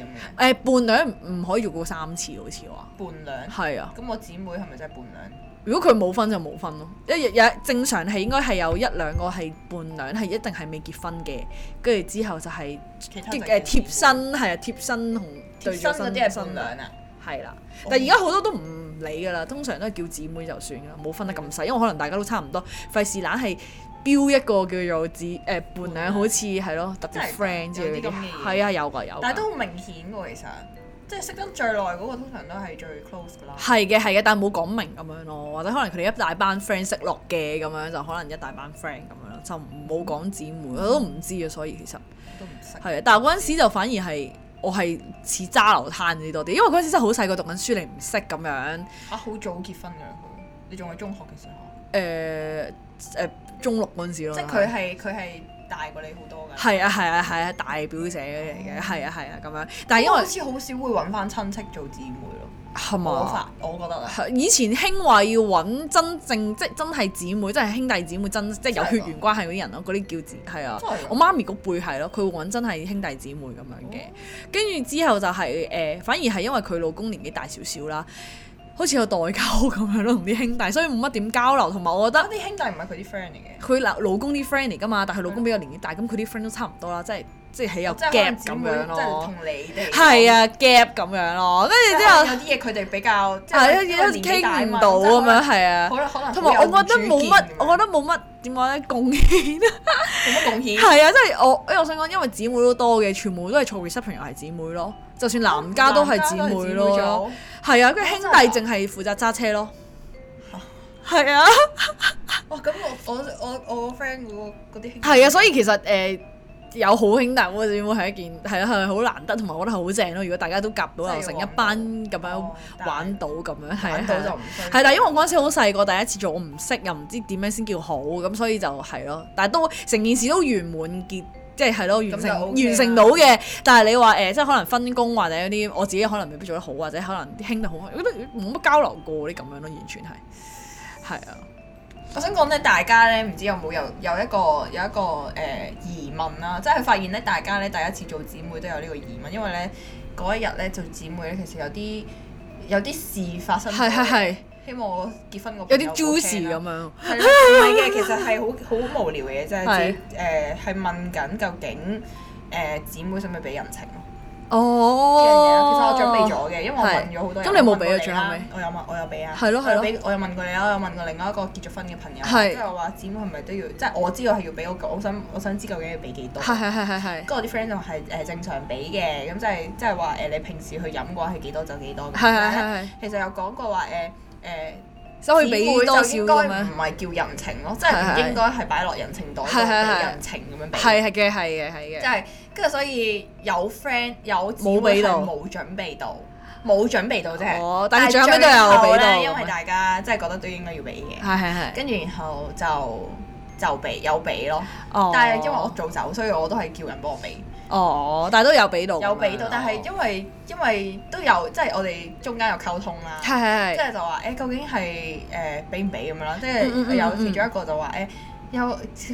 誒
樣。
伴娘唔可以做過三次好似話，
伴娘，
係啊，
咁我姊妹係咪真係伴娘？
如果佢冇分就冇分咯，一日有正常係應該係有一兩個係伴娘係一定係未結婚嘅，跟住之後就係、
其他就
誒
叫
貼身係啊，貼身同對
啊貼
咗
身
身
嗰啲係
身
伴娘啊，
係啦。
哦
但而家好多都唔理㗎啦，通常都係叫姊妹就算㗎啦，冇分得咁
嗯
細，因為可能大家都差唔多，費事懶係標一個叫做姊誒伴娘，好似係咯特
真
別
係㗎
friend 之
有
類
啲
嗰
咁嘅嘢
啲，係啊有㗎有㗎。
但係都好明顯喎，其實即係識得最耐嗰個通常都係最 close 噶啦。
係嘅係嘅，但係冇講明咁樣咯，或者可能佢哋一大班 friend 識落嘅咁樣，就可能一大班 friend 咁樣咯，就冇講姊妹，我都唔知啊，所以其實。
都唔識。
係啊，但係嗰陣時就反而係我係似揸流攤嗰啲多啲，因為嗰陣時真係好細個讀緊書，你唔識咁樣。
啊，好早結婚㗎啦佢，你仲係中學嘅時
誒、
候，
誒、呃中六嗰陣時咯。
即係佢係佢係大過你好多㗎。
係啊係啊係啊，大表姐嚟嘅，係啊係啊咁樣。但係
但
因
因為好
為
似好少會揾翻親戚做姊妹咯，
係
我
嘛？
發我覺得啊，
係以前興話要揾真正即係真係姊妹，真係兄弟姊妹，真即係有血緣關係嗰啲人咯，嗰啲叫姊係啊
真係㗎。
我媽咪嗰輩係咯，佢會揾真係兄弟姊妹咁樣嘅。
哦
跟住之後就係、誒、反而係因為佢老公年紀大少少啦，好似有代溝咁樣咯，同啲兄弟，所以冇乜點交流。同埋我覺
嗰
得
啲兄弟唔係佢啲 friend 嚟嘅。
佢老老公啲 friend 嚟㗎嘛，但係佢老公比較年紀大，咁佢啲 friend 都差唔多啦，即係即係起有
嗯哦即係可
gap
能姊
咁
妹
樣
即係
咯
同。你哋
係，啊，gap 咁樣咯，
即
跟
係
住之後
有啲嘢佢哋比較即
係
係因
啊
為，年紀大
傾
啊
唔
嘛
到
即
咁
係可能
樣係啊。
可能可能
同埋我覺得冇乜，我覺
得
得冇乜點講咧貢獻啊，
冇乜貢 獻。
係啊，即係我，因為我想講，因為姊妹都多嘅，全部都係做 reception 又係姊妹咯，就算男家都係姊妹咯，，係啊，佢兄弟淨係負責揸車咯。 係啊，
哇！咁我我我我個 friend 嗰個嗰啲兄弟
係啊，所以其實誒、有好兄弟會姊妹係一件係啊係好難得，同埋我覺得係好正咯。如果大家都夾到又成一班咁樣
哦但係
玩到咁樣，係啊
玩到就唔衰。
係啦，因為我嗰陣時好細個，第一次做我唔識，又唔知點樣先叫好，咁所以就係咯。但係都成件事都圓滿結，即係係咯，完
咁就
成
OK 啦
完成到嘅。但係你話誒、即係可能分工或者嗰啲，我自己可能未必做得好，或者可能啲兄弟好，我覺得冇乜交流過啲咁樣咯，完全係係啊。
我想講咧，大家咧唔知有冇有有一個有一個誒、呃疑問啦，即係發現咧，大家咧第一次做姊妹都有呢個疑問，因為咧嗰一日咧做姊妹咧，其實有啲有啲事發生咗，
係係係，
希望我結婚個
有
朋友
啲
冇
juicy
聽啦
咁樣，
係啦唔係嘅，其實係好好無聊嘅嘢，即係
係
誒係問緊究竟誒姊妹使唔使俾人情咯？
哦
呢樣嘢啊，其實我準備咗嘅，因為我問咗好多人。
係咁你冇俾啊
我問過你啦
最後尾
我有問，我有俾啊。
係咯係咯
我有俾我有問過你啦，我有問過另外一個結咗婚嘅朋友，啊
係
即係我話姊妹係咪都要，即係我知道係要俾我講，我想我想知究竟要俾幾多。
係係係係係
跟住我啲 friend 就係誒正常俾嘅，咁即係即係話誒你平時去飲嘅話係幾多就幾多咁。
係係係係，
其實有講過話誒誒。
所以可以俾多少
姊妹
咁
就
樣
應該唔？係叫人情咯，即係唔
係係
應該係擺落人情袋度
係係
俾
係
人情咁樣俾。
係係嘅係嘅係
即
嘅，
係跟住所以有 friend 有姊妹
冇俾到
係冇準備到，冇準備到啫。
哦但係最後尾都有俾到
呢因為大家即係覺得都應該要俾嘅，
係係係。
跟住然後就就俾有俾咯。
哦
但係因為我做酒，所以我都係叫人幫我俾，
哦，但係都有俾到咁樣，
有俾到。但係
哦
因為因為都有即係我哋中間有溝通啦。
係係
即
係
係就話誒、究竟係誒俾唔俾咁樣啦？即
嗯嗯嗯
係
嗯
有其中一個就話誒、有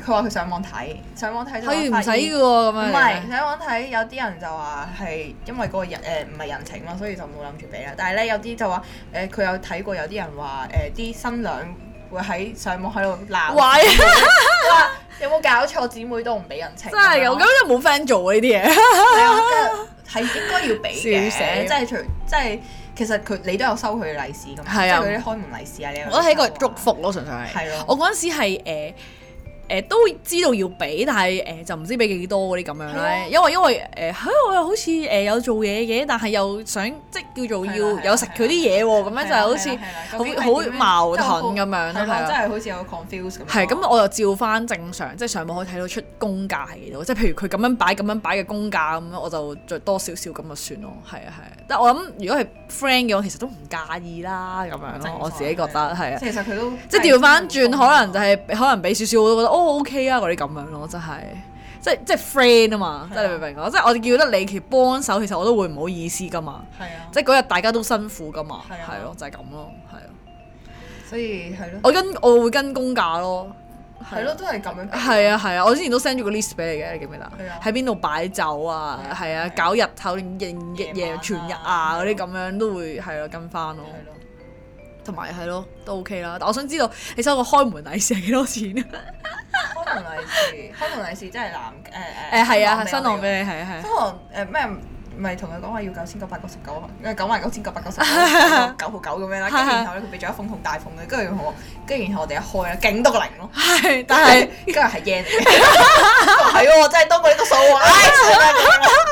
佢話佢上網睇，上網睇就
可以唔
發
使
現
嘅喎，咁
唔
樣
係上網睇有啲人就話係因為嗰個人誒唔係人情咯，所以就冇諗住俾啦。但係咧有啲就話誒佢有睇過有啲人話誒啲新娘會喺上網喺度鬧，
喂，
話 有冇搞錯姊妹都唔俾人情，
啊
啊
真係有咁
咁
就冇 friend 做呢 啲嘢，
係 應該要俾嘅，
笑死
即係除即係其實佢你都有收佢利是咁，即
係
係
啊
佢啲開門利是啊，你有
我係一個
收啊
祝福咯，純粹係。
係咯，
我嗰陣時係誒誒都知道要俾，但係誒、就唔知俾幾多嗰啲咁樣
係啊
咧。因為因為誒嚇、我又好似誒、有做嘢嘅，但係又想即係叫做要
係啦係啦
有食佢啲嘢喎，咁樣就好似好好矛盾咁樣
係
係
咯，
啊
真係好似有 confuse 咁。
係咁，我又照翻正常，即係上網可以睇到出工價係幾多，即係譬如佢咁樣擺咁樣擺嘅工價咁樣，我就再多少少咁就算咯。係啊係啊，但我諗如果係 friend 嘅，我其實都唔介意啦咁樣
正常
咯，我自己覺得係啊。
即係其實佢都
即係調翻轉，可能就係、可能俾少少我都覺得哦 OK 啊嗰啲咁樣咯，真係。即係即係 friend 啊嘛，
係
即
啊
係你明唔明我？即係我哋叫得你其實幫手，其實我都會唔好意思噶嘛。
係啊，
即係嗰日大家都辛苦噶嘛，
係啊
係咯，就係咁咯，係啊。
所以係咯，
我跟我會跟工價咯，
係咯，都係咁樣。
係啊係啊，我之前都 send 咗個 list 俾你嘅，你記唔記得
係啊？
喺邊度擺酒啊？係
係
啊，
啊係啊
搞日頭定夜
夜晚
夜
啊
全日啊嗰啲咁樣都會係啊跟翻咯，
係咯，
同埋係咯都 OK 啦。但我想知道你收個開門利是係幾多 錢啊？
開門利是， 開門利是真係男
誒
誒誒
係啊，新郎
郎
俾你係啊係啊
新郎誒咩？咪同佢講話要九千九百九十 九，誒九萬九千九百九十九，九號九咁樣啦。跟住然後咧，佢俾咗一封好大封嘅，跟住然後我，跟住然後我哋一開咧，勁多個零咯。
係， 但
但 係
係
今日係 yen 嚟嘅，係喎，真係多過呢個數喎。 唉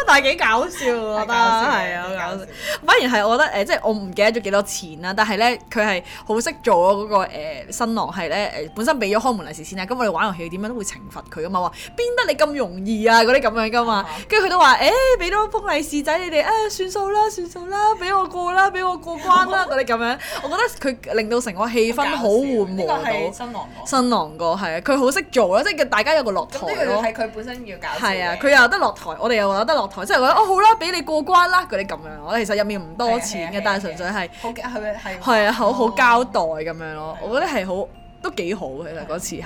但係幾搞笑我 覺得係啊，搞笑。反而係我覺得誒、即係我唔記得咗幾多錢啦，但係咧佢係好識做咯，嗰、個、誒新郎係咧誒本身俾咗開門利是先啦，咁我哋玩遊戲點樣都會懲罰佢噶嘛，話邊得你咁容易啊嗰啲咁樣噶嘛
啊哈，
跟住佢都話誒俾多封利是仔你哋啊算數啦算數啦，俾我過啦俾我過關啦嗰啲咁樣，我覺得佢令到成個氣氛好緩和
呢個係
到。
新郎講，
新郎個係啊，佢好識做啦，即係大家有個落台
咁呢個
咯。
係佢本身要搞笑嘅。
係啊，佢又有得落台，我哋又有得落台，即係覺得哦好啦，俾你過關啦嗰啲咁樣。我哋其實入面唔多錢
係啊係啊係
嘅
啊，
但係純粹係
好嘅係係
係啊，好好交代
哦
咁樣咯。我覺得係好都幾好嘅，其實嗰次係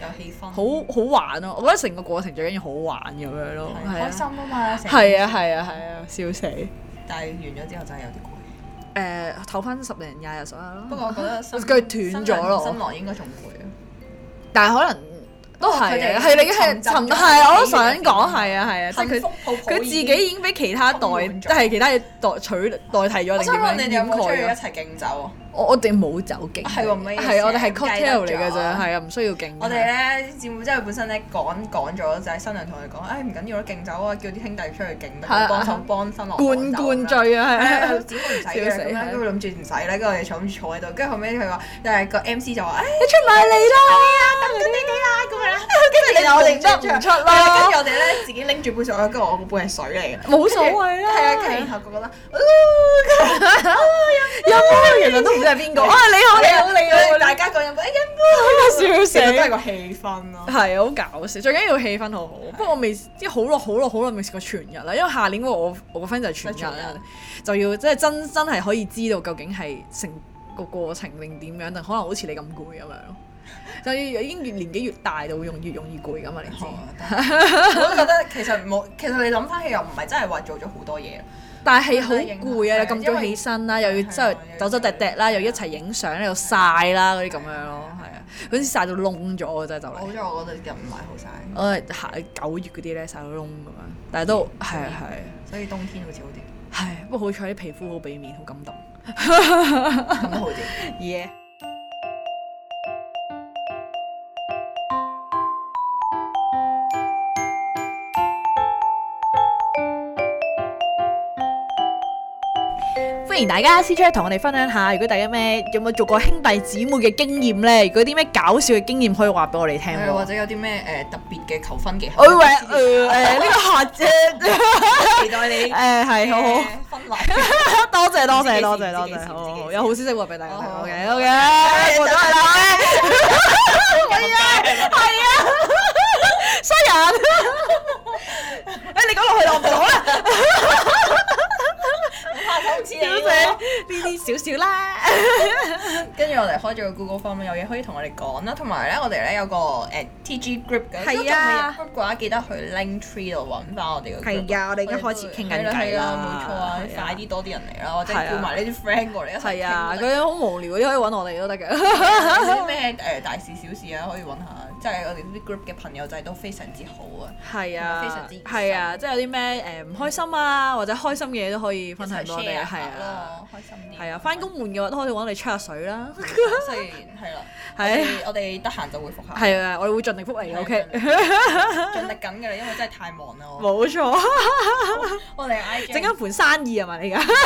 有氣氛，
好好玩咯。我覺得成個過程最緊要好玩咁樣咯，係
係開心
啊，
啊嘛。成件
係
事
啊，係啊，係啊，笑死！
但係完咗之後真係有啲攰。
誒，唞翻十零廿日左右
不
咯，
過我覺得新
啊佢斷咗咯
新郎應該仲攰。啊
但係可能都
哦佢
係
哋
啊係你係
沉浸
沉
咗
係，我都
喺
想
呢個
講係啊係啊，即係佢
幸福泡泡
佢自己已經俾其他代
充滿咗
即係其他嘢代取代替咗，
我
定
想問你
點
哋有
樣
冇出去
掩
一
蓋咗？
齊敬酒啊？
我我哋冇酒勁，
啊係喎唔好意思
係我哋係
唔記
cocktail 嚟
得
嘅
咗
咋，係啊，唔需要勁。
我哋咧節目真係本身咧講講咗就係新娘同佢講，唉唔緊要啦，敬酒啊，叫啲兄弟出去敬，
係啊
幫手幫新郎
罐罐醉啊，係啊
誒姊哎妹唔使
笑
嘅
死
咁
係
樣，
啊
跟住諗住唔使咧，跟住我哋坐諗住坐喺度，跟住後尾佢話，就係個 MC 就話，誒哎
你出埋嚟啦，
等緊你哋啦咁樣啦，
跟住
跟
你
住我
我
哋
哋得唔出
啊跟
啦
住，我哋咧自己拎住杯水，跟住我個杯係水嚟嘅。
冇所謂啦，
係啊，跟住然後個個啦，
有冇原來都唔知係 邊個啊？你好，你好，你好，
大
大家
家個哎人誒
笑
啊其實都係
死。
個氣氛咯。
係好搞笑，最緊要氣氛好好。不過我未即係好耐好耐好耐未試過全日啦，因為下年我我個 friend 就係全日
全
啦
日，
就要即係真真係可以知道究竟係成個過程定點樣，定可能好似你咁攰咁樣咯。就要已經越年紀越大就會用越容易攰噶嘛，你知。
我都覺得其實冇， 其實你諗翻起又唔係真係話做咗好多嘢，
但係好攰啊！
真係認
咁
同
早起身啦，又要即
係
係
啊
走走趯趯啦，又一齊影相，又曬啦嗰啲咁樣咯，係啊，嗰陣時曬到窿咗啊真係就嚟
好。在我覺得人唔係 好晒，
我係下九月嗰啲咧曬到窿咁樣，但係都係啊係啊。
所以冬天好似好啲，
唉，不過好彩啲皮膚好俾面，好感動。
咁都好 啲。
耶！歡迎大家私 chat 同我哋分享下，如果大家咩有冇做過兄弟姊妹嘅經驗呢？如果啲咩搞笑嘅經驗可以話俾我哋聽喎。哎
誒或者有啲咩誒特別嘅求婚技巧，
我以為誒誒呢個下 啫，
期待你
誒係哎好好。
誒婚禮。
多謝多謝
自己
多
事
謝多
自己
謝，
事
好好
自己
好
事
有好消息話俾大家聽
好好
，OK
好
OK，
哎多
過
謝
咗去啦， 係啊係啊，衰人，誒你講落去啦，我唔啊 講啦，
怕通知你
小姐呢啲少少
喎
啦，
跟住我哋開咗個 Google Form，有嘢可以同我哋講啦，同埋咧我哋咧有個誒 TG group 嘅，
係啊
如果仲未入 group 嘅話，記得去 link tree 度揾翻我哋個 group
係啊我哋而家
我哋
開始傾緊
係啦係
偈啦
啦，冇錯啊
係，啊
快啲多啲人嚟啦，或者
係啊
叫埋呢啲 friend 過嚟一齊
係啊，
傾
嗰啲好無聊嗰啲可以揾我哋 都得嘅，
啲咩誒大事小事啊，可以揾下，即係我哋呢啲 group 嘅朋友仔都非常之好啊，
係
非常之熱心
係啊，即係有啲咩誒唔開心啊，或者開心嘅嘢都可以分享
一
俾
齊
我哋，
share
係
下
啊。
咯，開心啲。
係啊，翻工悶嘅話都可以揾我哋吹下水 啦。
雖然係啦，
係啊
我哋我哋得閒就會復下，
係啊，我哋會盡力覆你嘅，OK？
啊盡力緊嘅啦，因為真係太忙啦，我
冇錯，
我哋 I G
整緊盤生意啊嘛，你而家。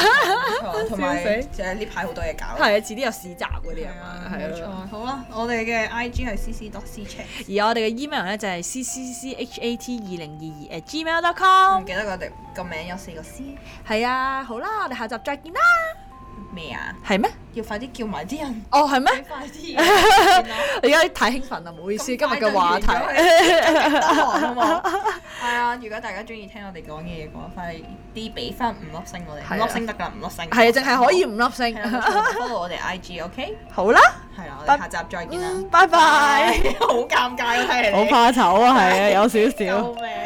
冇錯同埋
笑死
就係呢排好多嘢搞。
係啊，遲啲有市集嗰啲
係
啊嘛，
冇
係
錯
咯。。
好啦，我哋嘅 I G 係 C C dot C check，
而我哋嘅 email 咧就係 c c c h a t e 二零二二 at
唔
gmail.com。
記得我哋個名有四個 C
係啊，好啦，我哋下集再見啦。
咩啊？
係咩？
要快啲叫埋啲人，
哦，係咩？
快 啲啊！
我而家太興奮啦，啊唔好意思，今日嘅話題
咁快就完咗佢得閒啊嘛係啊，如果大家中意聽我哋講嘢嘅話，快啲俾翻五粒星我
係啊
哋，五粒星得㗎，五粒星。
係啊，淨係可以。五粒
係啊冇
星。
錯 follow 我哋 I G，OK？
好啦，
係啦，我
拜
哋下集再見啦
嗯，。拜拜。
好尷尬啊！睇嚟你
好怕醜啊，係啊，有少少。
救命！